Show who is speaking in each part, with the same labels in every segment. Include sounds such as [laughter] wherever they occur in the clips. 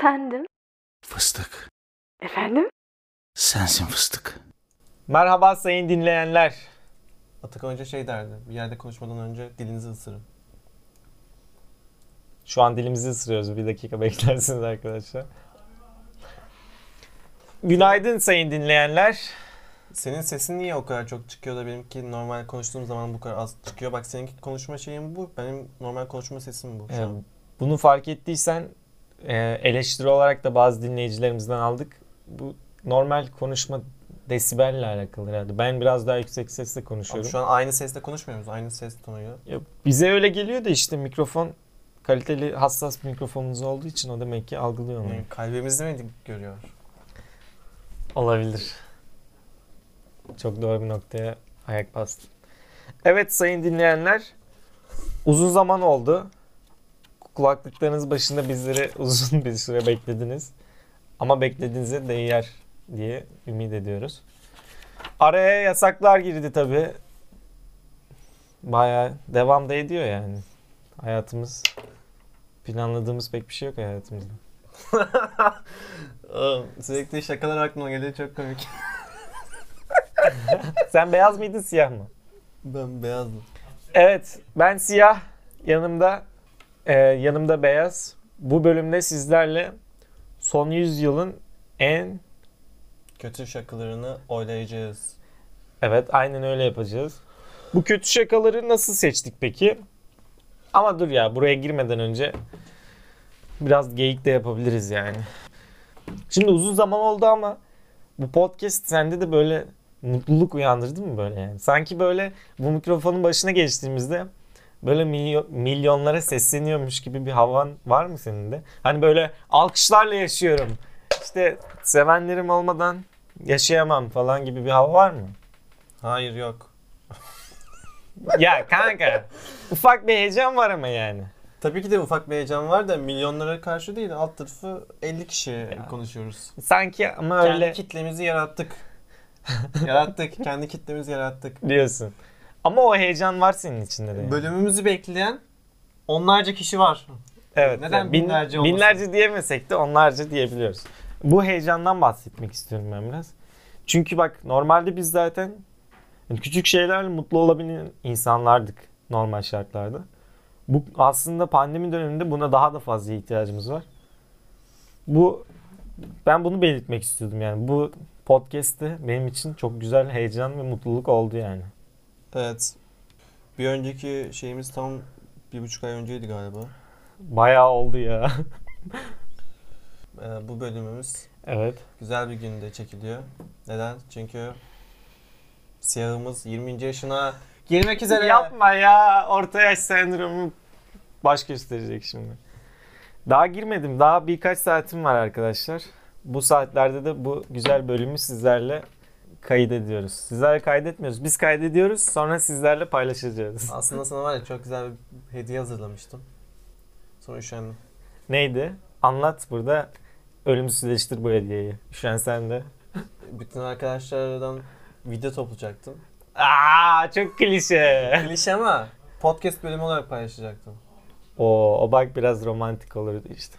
Speaker 1: sendim.
Speaker 2: Fıstık.
Speaker 1: Efendim?
Speaker 2: Sensin fıstık.
Speaker 3: Merhaba sayın dinleyenler. Atakan Hoca şey derdi. Bir yerde konuşmadan önce dilinizi ısırın. Şu an dilimizi ısırıyoruz. Bir
Speaker 4: [laughs]
Speaker 3: dakika beklersiniz arkadaşlar. Günaydın sayın dinleyenler. Senin sesin niye o kadar çok çıkıyor da benimki normal konuştuğum zaman bu kadar az çıkıyor? Bak seninki konuşma şeyim bu. Benim normal konuşma sesim bu.
Speaker 4: Ee, Bunu fark ettiysen e, eleştiri olarak da bazı dinleyicilerimizden aldık. Bu normal konuşma desibelle alakalı herhalde. Ben biraz daha yüksek sesle
Speaker 3: Ama
Speaker 4: konuşuyorum.
Speaker 3: şu an aynı sesle konuşmuyoruz. Aynı ses tonuyla.
Speaker 4: Ya bize öyle geliyor da işte mikrofon kaliteli hassas bir mikrofonumuz olduğu için o demek ki algılıyor onu.
Speaker 3: Yani kalbimizi mi görüyor?
Speaker 4: Olabilir. Çok doğru bir noktaya ayak bastın. Evet sayın dinleyenler. Uzun zaman oldu. Kulaklıklarınız başında bizleri [laughs] uzun bir süre beklediniz. Ama beklediğinize değer diye ümit ediyoruz. Araya yasaklar girdi tabii. Bayağı devam da ediyor yani. Hayatımız planladığımız pek bir şey yok hayatımızda.
Speaker 3: Oğlum, Sürekli şakalar aklıma geliyor. Çok komik.
Speaker 4: Sen beyaz mıydın siyah mı?
Speaker 3: [laughs] Ben beyazdım.
Speaker 4: Evet, ben siyah, yanımda e, yanımda beyaz. Bu bölümde sizlerle son 100 yılın en
Speaker 3: Kötü şakalarını oylayacağız.
Speaker 4: evet aynen öyle yapacağız. Bu kötü şakaları nasıl seçtik peki? Ama dur ya buraya girmeden önce biraz geyik de yapabiliriz yani. Şimdi uzun zaman oldu ama bu podcast sende de böyle mutluluk uyandırdı mı böyle yani? Sanki böyle bu mikrofonun başına geçtiğimizde böyle milyo- milyonlara sesleniyormuş gibi bir havan var mı senin de? Hani böyle alkışlarla yaşıyorum. İşte sevenlerim olmadan yaşayamam falan gibi bir hava var mı?
Speaker 3: Hayır yok.
Speaker 4: Ya kanka ufak bir heyecan var ama yani.
Speaker 3: Tabii ki de ufak bir heyecan var da milyonlara karşı değil. Alt tarafı 50 kişi konuşuyoruz.
Speaker 4: Sanki ama
Speaker 3: Kendi
Speaker 4: öyle
Speaker 3: kitlemizi [laughs] yarattık. yarattık. Kendi kitlemizi yarattık.
Speaker 4: diyorsun. Ama o heyecan var senin içinde de. yani.
Speaker 3: Bölümümüzü bekleyen onlarca kişi var.
Speaker 4: Evet.
Speaker 3: Neden
Speaker 4: yani
Speaker 3: binlerce olmasın?
Speaker 4: Binlerce diyemesek de onlarca diyebiliyoruz. Bu heyecandan bahsetmek istiyorum ben biraz. Çünkü bak normalde biz zaten yani küçük şeylerle mutlu olabilen insanlardık normal şartlarda. Bu aslında pandemi döneminde buna daha da fazla ihtiyacımız var. Bu ben bunu belirtmek istiyordum yani. Bu podcast'te benim için çok güzel heyecan ve mutluluk oldu yani.
Speaker 3: Evet. Bir önceki şeyimiz tam bir buçuk ay önceydi galiba.
Speaker 4: Bayağı oldu ya. [laughs]
Speaker 3: Ee, bu bölümümüz
Speaker 4: evet.
Speaker 3: güzel bir günde çekiliyor. Neden? Çünkü siyahımız 20. yaşına girmek üzere.
Speaker 4: Yapma ya. Orta yaş sendromu baş gösterecek şimdi. Daha girmedim. Daha birkaç saatim var arkadaşlar. Bu saatlerde de bu güzel bölümü sizlerle kaydediyoruz. Sizlerle kaydetmiyoruz. Biz kaydediyoruz. Sonra sizlerle paylaşacağız.
Speaker 3: Aslında sana var ya çok güzel bir hediye hazırlamıştım. Sonra üşendim.
Speaker 4: Neydi? Anlat burada. Ölümsüzleştir bu hediyeyi. Üşen sen de.
Speaker 3: Bütün arkadaşlardan video toplayacaktım.
Speaker 4: Aa çok klişe.
Speaker 3: [laughs] Klişe ama podcast bölümü olarak paylaşacaktım.
Speaker 4: Oo, o bak biraz romantik olurdu işte.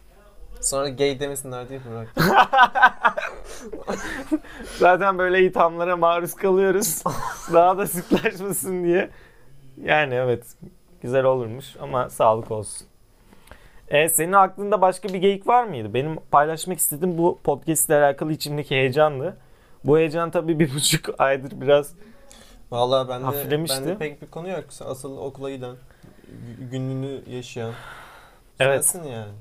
Speaker 3: Sonra gay demesinler diye bıraktım.
Speaker 4: Zaten böyle ithamlara maruz kalıyoruz. Daha da sıklaşmasın diye. Yani evet güzel olurmuş ama sağlık olsun. E, senin aklında başka bir geyik var mıydı? Benim paylaşmak istediğim bu podcast ile alakalı içimdeki heyecandı. Bu heyecan tabii bir buçuk aydır biraz
Speaker 3: Vallahi bende,
Speaker 4: Hafiflemişti.
Speaker 3: bende pek bir konu yok. Sen Asıl okula giden, gü- gününü yaşayan.
Speaker 4: Evet.
Speaker 3: Sensin yani.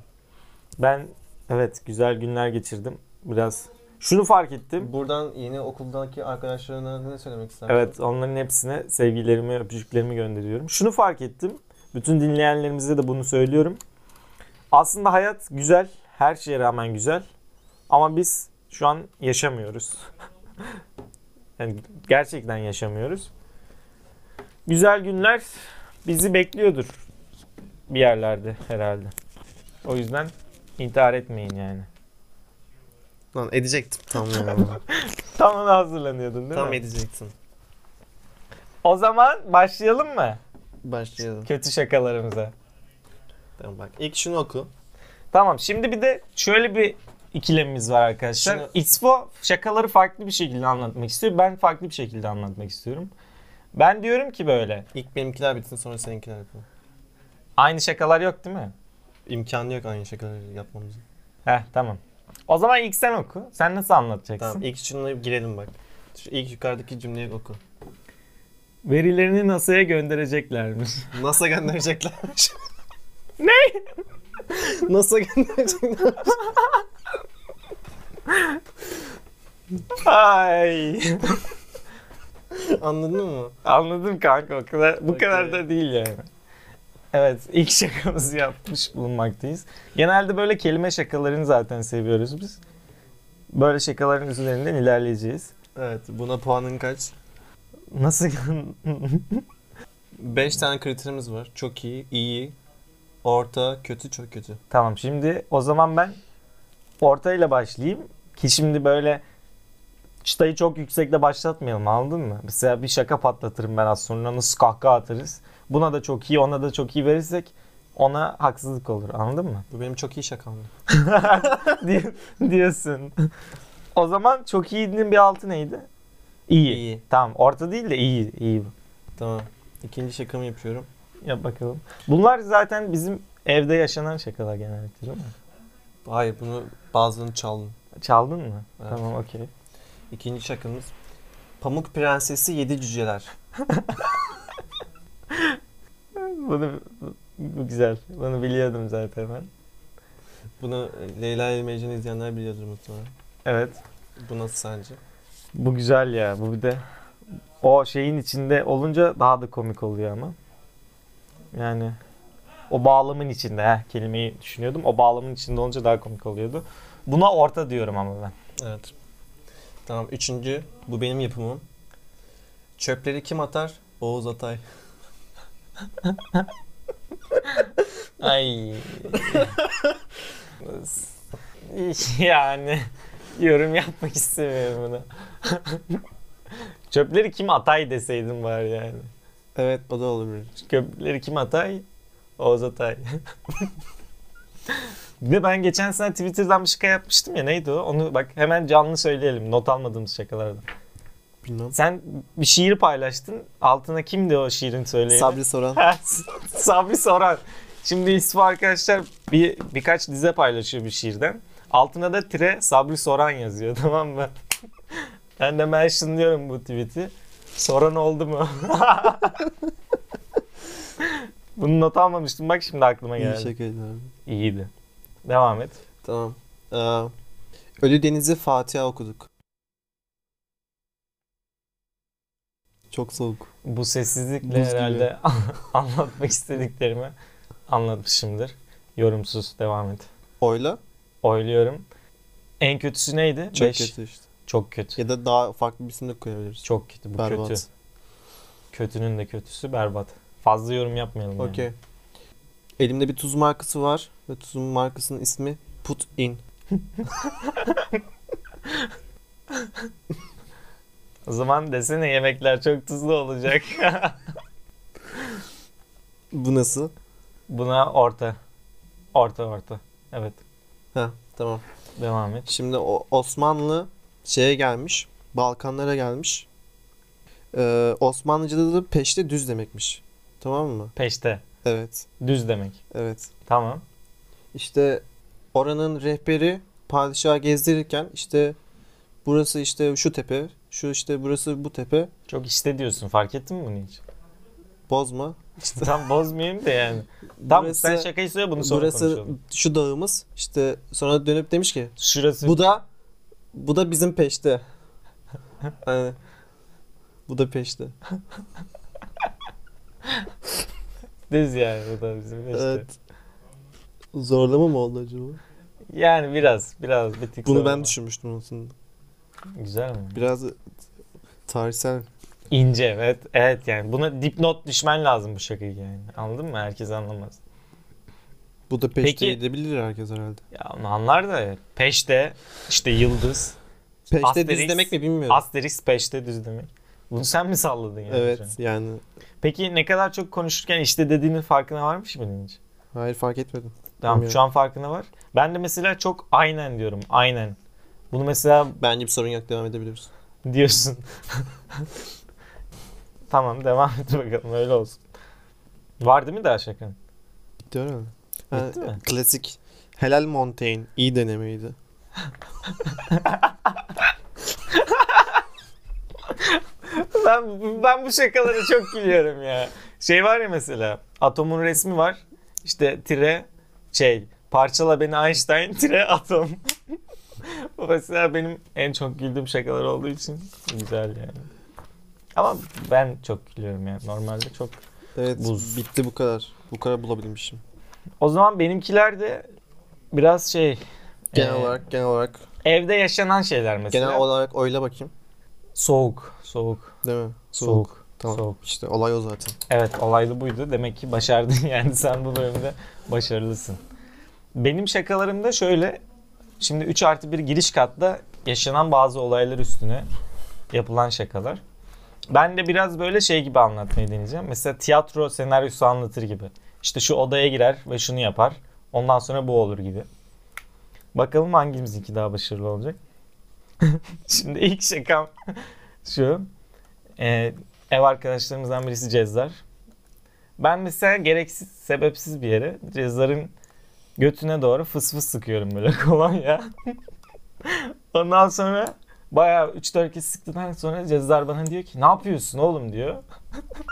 Speaker 4: ben evet güzel günler geçirdim. Biraz şunu fark ettim.
Speaker 3: Buradan yeni okuldaki arkadaşlarına ne söylemek istersin?
Speaker 4: Evet onların hepsine sevgilerimi, öpücüklerimi gönderiyorum. Şunu fark ettim. Bütün dinleyenlerimize de bunu söylüyorum. Aslında hayat güzel. Her şeye rağmen güzel. Ama biz şu an yaşamıyoruz. [laughs] yani gerçekten yaşamıyoruz. Güzel günler bizi bekliyordur bir yerlerde herhalde. O yüzden intihar etmeyin yani.
Speaker 3: Lan edecektim [laughs] tam ya.
Speaker 4: Tam ona hazırlanıyordun değil
Speaker 3: tam
Speaker 4: mi?
Speaker 3: edecektim.
Speaker 4: O zaman başlayalım mı
Speaker 3: Başlayalım.
Speaker 4: kötü şakalarımıza?
Speaker 3: Tamam bak ilk şunu oku.
Speaker 4: Tamam şimdi bir de şöyle bir ikilemimiz var arkadaşlar.
Speaker 3: Şimdi-
Speaker 4: İspo şakaları farklı bir şekilde anlatmak istiyor. Ben farklı bir şekilde anlatmak istiyorum. Ben diyorum ki böyle.
Speaker 3: İlk benimkiler bitsin sonra seninkiler yapalım.
Speaker 4: Aynı şakalar yok değil mi?
Speaker 3: İmkanı yok aynı şakaları yapmamızın.
Speaker 4: Heh tamam. O zaman ilk sen oku. Sen nasıl anlatacaksın?
Speaker 3: Tamam ilk şununla girelim bak. Şu ilk yukarıdaki cümleyi oku.
Speaker 4: Verilerini NASA'ya göndereceklermiş.
Speaker 3: NASA göndereceklermiş.
Speaker 4: ne?
Speaker 3: NASA gönderecekler.
Speaker 4: Ay.
Speaker 3: Anladın mı?
Speaker 4: Anladım kanka o kadar, bu
Speaker 3: Okey.
Speaker 4: kadar da değil yani. Evet ilk şakamızı yapmış bulunmaktayız. Genelde böyle kelime şakalarını zaten seviyoruz biz. Böyle şakaların üzerinden ilerleyeceğiz.
Speaker 3: Evet buna puanın kaç?
Speaker 4: Nasıl? [laughs]
Speaker 3: 5 tane kriterimiz var. Çok iyi, iyi, orta, kötü, çok kötü.
Speaker 4: tamam şimdi o zaman ben ortayla başlayayım. Ki şimdi böyle çıtayı çok yüksekte başlatmayalım anladın mı? Mesela bir şaka patlatırım ben az sonra nasıl kahkaha atarız. Buna da çok iyi ona da çok iyi verirsek ona haksızlık olur anladın mı?
Speaker 3: Bu benim çok iyi şakamdı.
Speaker 4: [laughs] Diy- diyorsun. O zaman çok iyinin bir altı neydi? İyi.
Speaker 3: İyi.
Speaker 4: Tamam orta değil de iyi. iyi.
Speaker 3: Tamam. İkinci şakamı yapıyorum.
Speaker 4: Yap bakalım. Bunlar zaten bizim evde yaşanan şakalar genellikle değil mi?
Speaker 3: Hayır bunu bazılarını çaldım.
Speaker 4: Çaldın mı?
Speaker 3: Evet.
Speaker 4: Tamam okey.
Speaker 3: İkinci şakamız. Pamuk Prensesi Yedi Cüceler.
Speaker 4: Bunu bu güzel. Bunu biliyordum zaten ben.
Speaker 3: Bunu e, Leyla ile Mecnun izleyenler biliyordur mutlaka.
Speaker 4: Evet.
Speaker 3: Bu nasıl sence?
Speaker 4: Bu güzel ya. Bu bir de o şeyin içinde olunca daha da komik oluyor ama. Yani o bağlamın içinde heh, kelimeyi düşünüyordum. O bağlamın içinde olunca daha komik oluyordu. Buna orta diyorum ama ben.
Speaker 3: Evet. Tamam. Üçüncü. Bu benim yapımım. Çöpleri kim atar? Oğuz Atay.
Speaker 4: Ay. yani yorum yapmak istemiyorum buna. Çöpleri kim atay deseydim var yani.
Speaker 3: Evet o da olabilir.
Speaker 4: Çöpleri kim atay? Oğuz Atay. [laughs] Bir de ben geçen sene Twitter'dan bir şaka yapmıştım ya neydi o? Onu bak hemen canlı söyleyelim not almadığımız şakalardan.
Speaker 3: Bilmem.
Speaker 4: Sen bir şiir paylaştın altına kimdi o şiirin söyleyeni?
Speaker 3: Sabri [laughs] Soran.
Speaker 4: Ha, [laughs] Sabri Soran. Şimdi İsmi arkadaşlar bir birkaç dize paylaşıyor bir şiirden. Altına da tire Sabri Soran yazıyor [laughs] tamam mı? ben de mentionlıyorum bu tweet'i. Soran oldu mu? [laughs] Bunu not almamıştım bak şimdi aklıma
Speaker 3: İyi şey.
Speaker 4: geldi.
Speaker 3: şakaydı abi.
Speaker 4: İyiydi. Devam et.
Speaker 3: Tamam. Ee, Ölü Deniz'i Fatiha okuduk. Çok soğuk.
Speaker 4: Bu sessizlikle
Speaker 3: Buz gibi.
Speaker 4: herhalde [laughs] anlatmak istediklerimi anlatmışımdır. Yorumsuz devam et.
Speaker 3: Oyla.
Speaker 4: Oyluyorum. En kötüsü neydi?
Speaker 3: Çok
Speaker 4: Beş.
Speaker 3: kötü işte.
Speaker 4: Çok kötü.
Speaker 3: Ya da daha farklı bir isim de koyabiliriz.
Speaker 4: Çok kötü. Bu
Speaker 3: Berbat.
Speaker 4: kötü. Kötünün de kötüsü berbat. Fazla yorum yapmayalım yani.
Speaker 3: Okey. Elimde bir tuz markası var ve tuzun markasının ismi Put In.
Speaker 4: O zaman desene yemekler çok tuzlu
Speaker 3: [laughs]
Speaker 4: olacak.
Speaker 3: Bu nasıl?
Speaker 4: Buna orta. Orta orta. Evet.
Speaker 3: Ha tamam.
Speaker 4: Devam et.
Speaker 3: Şimdi o Osmanlı şeye gelmiş. Balkanlara gelmiş. Ee, Osmanlıca'da da peşte düz demekmiş. Tamam mı?
Speaker 4: Peşte.
Speaker 3: Evet.
Speaker 4: Düz demek.
Speaker 3: Evet.
Speaker 4: Tamam.
Speaker 3: İşte oranın rehberi padişahı gezdirirken işte burası işte şu tepe, şu işte burası bu tepe.
Speaker 4: Çok işte diyorsun. Fark ettin mi
Speaker 3: [laughs]
Speaker 4: bunu hiç?
Speaker 3: Bozma.
Speaker 4: Tam bozmayayım da yani. Tam
Speaker 3: burası
Speaker 4: sen şakayı söyle şey- bunu sonra
Speaker 3: burası
Speaker 4: konuşalım.
Speaker 3: şu dağımız. İşte sonra dönüp demiş ki
Speaker 4: Şurası
Speaker 3: bu da bu da bizim peşte. [laughs] Hani, bu da peşte.
Speaker 4: düz yani. Bu da bizim peşte.
Speaker 3: Evet. Zorlama mı oldu acaba?
Speaker 4: Yani biraz. Biraz bir tık
Speaker 3: Bunu
Speaker 4: zorlama.
Speaker 3: ben düşünmüştüm aslında.
Speaker 4: Güzel mi?
Speaker 3: Biraz tarihsel.
Speaker 4: İnce evet. Evet yani buna dipnot düşmen lazım bu şakayı yani. Anladın mı? Herkes anlamaz.
Speaker 3: Bu da peşte
Speaker 4: Peki-
Speaker 3: edebilir herkes herhalde.
Speaker 4: Ya onu anlar da ya. peşte işte yıldız.
Speaker 3: Peşte
Speaker 4: Asterix-
Speaker 3: diz demek mi bilmiyorum.
Speaker 4: Asterisk peşte düz demek. Bunu sen mi salladın yani? şu an?
Speaker 3: evet yani
Speaker 4: Peki ne kadar çok konuşurken işte dediğinin farkına varmış mıydın hiç?
Speaker 3: hayır fark etmedim.
Speaker 4: Tamam
Speaker 3: Bilmiyorum.
Speaker 4: şu an farkına var. Ben de mesela çok aynen diyorum. Aynen. Bunu mesela [laughs]
Speaker 3: Bence bir sorun yok devam edebiliriz.
Speaker 4: diyorsun. tamam devam et bakalım öyle olsun. Var değil mi daha şakan?
Speaker 3: Bitti herhalde.
Speaker 4: Bitti mi?
Speaker 3: Klasik. Helal Montaigne iyi denemeydi.
Speaker 4: Ben, ben bu şakalara çok gülüyorum ya. Şey var ya mesela atomun resmi var. İşte tire şey parçala beni Einstein tire atom. [laughs] Bu mesela benim en çok güldüğüm şakalar olduğu için güzel yani. Ama ben çok gülüyorum yani. Normalde çok
Speaker 3: Evet
Speaker 4: Buz.
Speaker 3: bitti bu kadar. Bu kadar bulabilmişim.
Speaker 4: O zaman benimkiler de biraz şey
Speaker 3: Genel
Speaker 4: e,
Speaker 3: olarak genel olarak
Speaker 4: evde yaşanan şeyler mesela.
Speaker 3: genel olarak oyla bakayım.
Speaker 4: soğuk, soğuk,
Speaker 3: Değil mi?
Speaker 4: soğuk, soğuk.
Speaker 3: Tamam. İşte olay o zaten.
Speaker 4: Evet, olaylı buydu. Demek ki başardın [laughs] yani sen bu bölümde başarılısın. Benim şakalarım da şöyle. Şimdi 3 artı 1 giriş katta yaşanan bazı olaylar üstüne yapılan şakalar. Ben de biraz böyle şey gibi anlatmayı deneyeceğim. Mesela tiyatro senaryosu anlatır gibi. İşte şu odaya girer ve şunu yapar. Ondan sonra bu olur gibi. Bakalım hangimizinki daha başarılı olacak. [laughs] Şimdi ilk şakam [laughs] şu. Ee, ev arkadaşlarımızdan birisi Cezzar. Ben mesela gereksiz, sebepsiz bir yere Cezzar'ın götüne doğru fıs fıs sıkıyorum böyle [laughs] kolonya. Ondan sonra bayağı 3-4 kez sıktıktan sonra Cezzar bana diyor ki ne yapıyorsun oğlum diyor.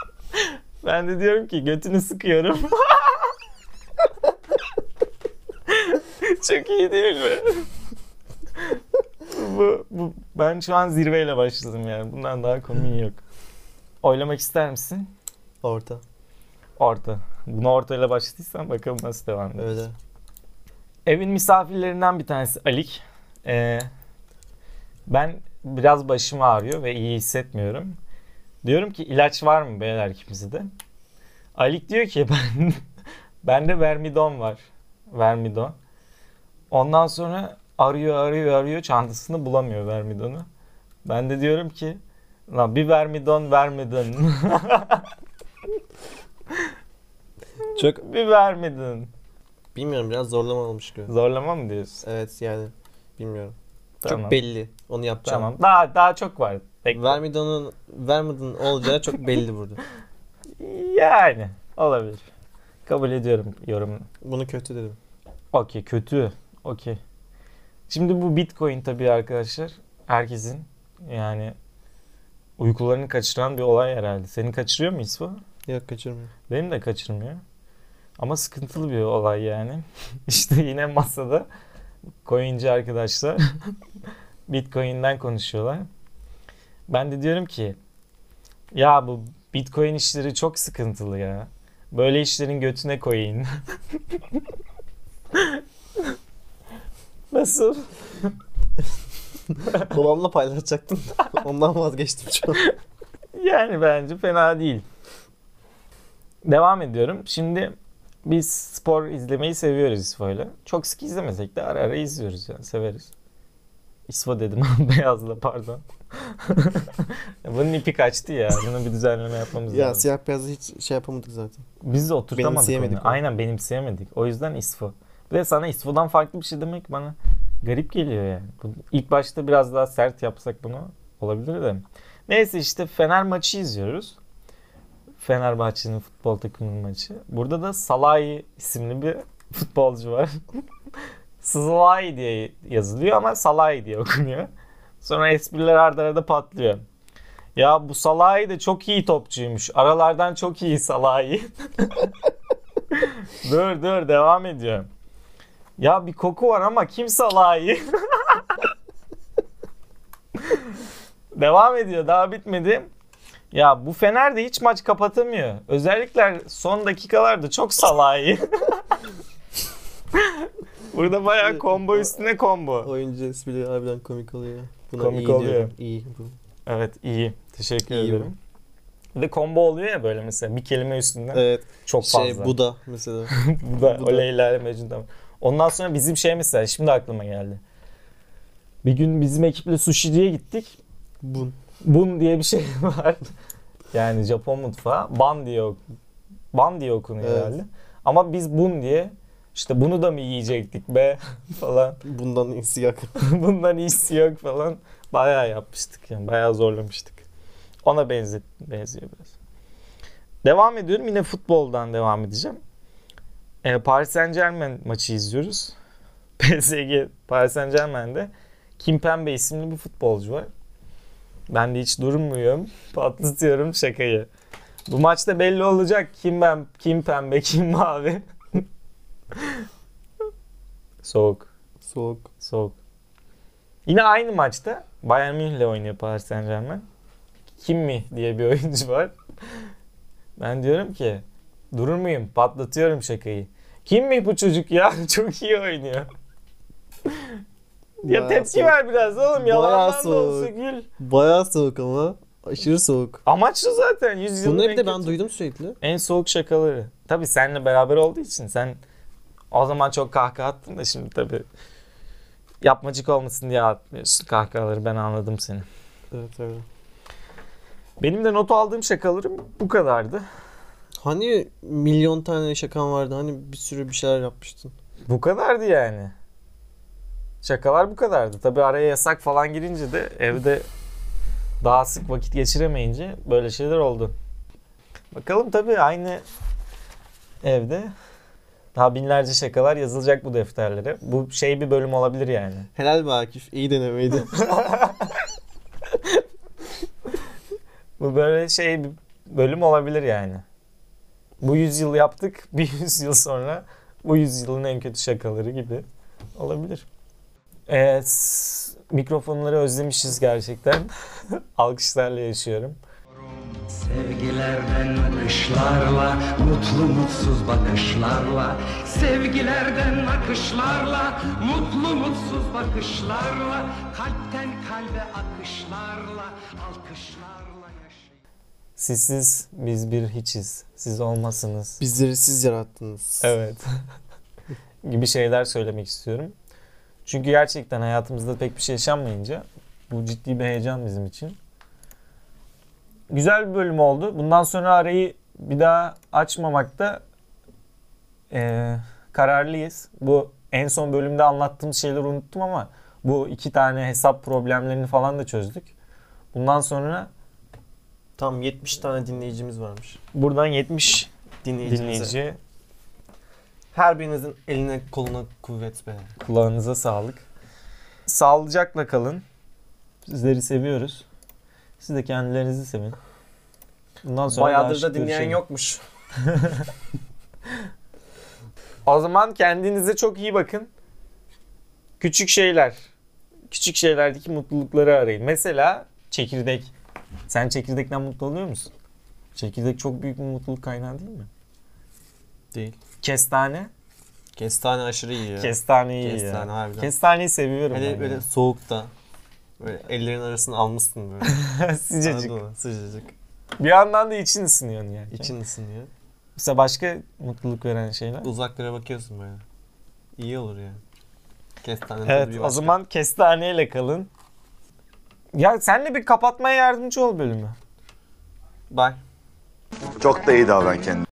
Speaker 4: [laughs] ben de diyorum ki götünü sıkıyorum. [laughs] Çok iyi değil mi? bu, bu, ben şu an zirveyle başladım yani. Bundan daha komik yok. Oylamak ister misin?
Speaker 3: Orta.
Speaker 4: Orta. Bunu ortayla başladıysan bakalım nasıl devam ediyor.
Speaker 3: Öyle.
Speaker 4: Evin misafirlerinden bir tanesi Alik. Ee, ben biraz başım ağrıyor ve iyi hissetmiyorum. Diyorum ki ilaç var mı beyler kimsede? Alik diyor ki [laughs] ben bende vermidon var. Vermidon. Ondan sonra arıyor arıyor arıyor çantasını bulamıyor vermidonu. Ben de diyorum ki lan bir vermidon vermidon. [laughs]
Speaker 3: Çok
Speaker 4: bir vermidon.
Speaker 3: bilmiyorum biraz zorlama olmuş gibi.
Speaker 4: Zorlama mı diyorsun?
Speaker 3: Evet yani bilmiyorum.
Speaker 4: Tamam.
Speaker 3: Çok belli. Onu yapacağım.
Speaker 4: Tamam. Daha daha çok var. Bekle.
Speaker 3: Vermidon'un Vermidon olacağı çok belli burada.
Speaker 4: Yani olabilir. Kabul ediyorum yorum.
Speaker 3: Bunu kötü dedim.
Speaker 4: Okey kötü. Okey. Şimdi bu Bitcoin tabii arkadaşlar herkesin yani uykularını kaçıran bir olay herhalde. Seni kaçırıyor mu İsva?
Speaker 3: Yok kaçırmıyorum.
Speaker 4: Benim de kaçırmıyor. Ama sıkıntılı bir olay yani. [laughs] işte yine masada coinci arkadaşlar Bitcoin'den konuşuyorlar. Ben de diyorum ki ya bu Bitcoin işleri çok sıkıntılı ya. Böyle işlerin götüne koyayım. [laughs] Nasıl?
Speaker 3: Babamla paylaşacaktım [laughs] da ondan vazgeçtim şu an.
Speaker 4: Yani bence fena değil. Devam ediyorum. Şimdi biz spor izlemeyi seviyoruz İsfo'yla. Çok sık izlemesek de ara ara izliyoruz yani severiz. İsfo dedim [laughs] beyazla pardon. [laughs] Bunun ipi kaçtı ya. Bunu bir düzenleme yapmamız
Speaker 3: ya
Speaker 4: lazım.
Speaker 3: siyah beyazı hiç şey yapamadık zaten.
Speaker 4: Biz de oturtamadık
Speaker 3: Benimseyemedik
Speaker 4: onu.
Speaker 3: onu.
Speaker 4: Aynen benimseyemedik. O yüzden İsfo. Bir de sana İsfo'dan farklı bir şey demek bana garip geliyor yani. Bu- İlk başta biraz daha sert yapsak bunu olabilir de. Neyse işte Fener maçı izliyoruz. Fenerbahçe'nin futbol takımının maçı. Burada da Salahi isimli bir futbolcu var. [laughs] Sızalahi diye yazılıyor ama Salahi diye okunuyor. Sonra espriler arda arda patlıyor. Ya bu Salahi de çok iyi topçuymuş. Aralardan çok iyi Salahi. [laughs] dur dur devam ediyor. Ya bir koku var ama kim Salahi? [laughs] devam ediyor daha bitmedi. Ya bu Fener de hiç maç kapatamıyor. Özellikle son dakikalarda çok Salahi. [laughs] Burada bayağı combo üstüne combo.
Speaker 3: Oyuncu esprileri harbiden komik oluyor. ya. Buna
Speaker 4: Komik
Speaker 3: iyi
Speaker 4: oluyor.
Speaker 3: diyorum. İyi. Bu.
Speaker 4: Evet iyi. Teşekkür
Speaker 3: İyi
Speaker 4: ederim. Bir de combo oluyor ya böyle mesela bir kelime üstünden
Speaker 3: Evet.
Speaker 4: çok fazla.
Speaker 3: Şey bu da mesela.
Speaker 4: [laughs] bu da
Speaker 3: bu
Speaker 4: o
Speaker 3: da.
Speaker 4: Leyla ile Mecnun tamam. Ondan sonra bizim şey mesela şimdi aklıma geldi. Bir gün bizim ekiple sushi'ye gittik.
Speaker 3: Bun.
Speaker 4: Bun diye bir şey [laughs] var. Yani Japon mutfağı ban diye ok- ban diye okunuyor
Speaker 3: Evet.
Speaker 4: herhalde. Ama biz bun diye İşte bunu da mı yiyecektik be [laughs] falan.
Speaker 3: Bundan [laughs] iyisi yakın.
Speaker 4: [laughs] Bundan iyisi yok falan. Bayağı yapmıştık yani. Bayağı zorlamıştık. Ona benzet, benziyor biraz. Devam ediyorum. Yine futboldan devam edeceğim. Ee, Paris Saint Germain maçı izliyoruz. [laughs] PSG Paris Saint Germain'de Kimpembe isimli bir futbolcu var. Ben de hiç durmuyorum. [laughs] Patlatıyorum şakayı. Bu maçta belli olacak kim ben, kim pembe, kim mavi. [laughs] Soğuk.
Speaker 3: Soğuk.
Speaker 4: Soğuk. Yine aynı maçta Bayern Münih'le oynuyor Paris Saint Germain. Kimmi diye bir oyuncu var. Ben diyorum ki durur muyum? Patlatıyorum şakayı. Kimmi bu çocuk ya? [laughs] Çok iyi oynuyor. ya
Speaker 3: Bayağı
Speaker 4: tepki
Speaker 3: soğuk.
Speaker 4: ver biraz oğlum.
Speaker 3: Bayağı
Speaker 4: Yalandan da
Speaker 3: soğuk.
Speaker 4: olsa gül.
Speaker 3: Bayağı soğuk ama. Aşırı soğuk.
Speaker 4: Amaçlı zaten. Yüzyılın
Speaker 3: Bunları
Speaker 4: en
Speaker 3: bir de ben
Speaker 4: kötü-
Speaker 3: duydum sürekli.
Speaker 4: En soğuk şakaları. Tabii seninle beraber olduğu için sen o zaman çok kahkaha attın da şimdi tabii yapmacık olmasın diye atmıyorsun kahkahaları ben anladım seni.
Speaker 3: Evet evet.
Speaker 4: Benim de notu aldığım şakalarım bu kadardı.
Speaker 3: Hani milyon tane şakan vardı. Hani bir sürü bir şeyler yapmıştın.
Speaker 4: Bu kadardı yani. Şakalar bu kadardı. Tabii araya yasak falan girince de evde daha sık vakit geçiremeyince böyle şeyler oldu. Bakalım tabii aynı evde daha binlerce şakalar yazılacak bu defterlere. Bu şey bir bölüm olabilir yani.
Speaker 3: Helal be Akif. İyi denemeydi.
Speaker 4: Bu böyle şey bir bölüm olabilir yani. Bu yüzyıl yaptık, [laughs] bir yüzyıl sonra bu yüzyılın en kötü şakaları gibi olabilir. Evet, s- mikrofonları özlemişiz gerçekten. [laughs] Alkışlarla yaşıyorum.
Speaker 1: Sevgilerden akışlarla, mutlu mutsuz bakışlarla Sevgilerden akışlarla, mutlu mutsuz bakışlarla Kalpten kalbe akışlarla, alkışlarla yaşayın
Speaker 4: Sizsiz biz bir hiçiz. Siz olmasınız.
Speaker 3: [laughs] Bizleri siz yarattınız.
Speaker 4: Evet. [laughs] gibi şeyler söylemek istiyorum. Çünkü gerçekten hayatımızda pek bir şey yaşanmayınca bu ciddi bir heyecan bizim için. Güzel bir bölüm oldu. Bundan sonra arayı bir daha açmamakta eee, kararlıyız. Bu en son bölümde anlattığımız şeyleri unuttum ama bu iki tane hesap problemlerini falan da çözdük. Bundan sonra
Speaker 3: Tam 70 tane dinleyicimiz varmış.
Speaker 4: buradan 70
Speaker 3: Dinleyicimize.
Speaker 4: dinleyici
Speaker 3: Her birinizin eline koluna kuvvet be.
Speaker 4: Kulağınıza sağlık. Sağlıcakla kalın. Sizleri seviyoruz. Siz de kendilerinizi sevin. Bundan sonra daha
Speaker 3: Bayağıdır
Speaker 4: sık
Speaker 3: da dinleyen
Speaker 4: görüşelim.
Speaker 3: yokmuş.
Speaker 4: [laughs] O zaman kendinize çok iyi bakın. Küçük şeyler. Küçük şeylerdeki mutlulukları arayın. Mesela çekirdek. Sen çekirdekten mutlu oluyor musun? Çekirdek çok büyük bir mutluluk kaynağı değil mi?
Speaker 3: Değil.
Speaker 4: Kestane.
Speaker 3: Kestane aşırı iyi ya.
Speaker 4: Kestane iyi
Speaker 3: Kestane
Speaker 4: ya.
Speaker 3: harbiden.
Speaker 4: Kestaneyi seviyorum.
Speaker 3: Hele
Speaker 4: ben
Speaker 3: böyle
Speaker 4: ya.
Speaker 3: soğukta. Böyle ellerin arasını almışsın
Speaker 4: [laughs]
Speaker 3: böyle.
Speaker 4: Sıcacık.
Speaker 3: Anladın mı? Sıcacık.
Speaker 4: Bir yandan da için ısınıyor yani.
Speaker 3: İçin ısınıyor.
Speaker 4: Mesela başka mutluluk veren şeyler.
Speaker 3: Uzaklara bakıyorsun böyle. İyi olur yani. Kestane tadı bir
Speaker 4: Evet o
Speaker 3: başka.
Speaker 4: zaman kestaneyle kalın. Ya senle bir kapatmaya yardımcı ol bölümü.
Speaker 3: Bye.
Speaker 5: Çok da iyi davran kendine.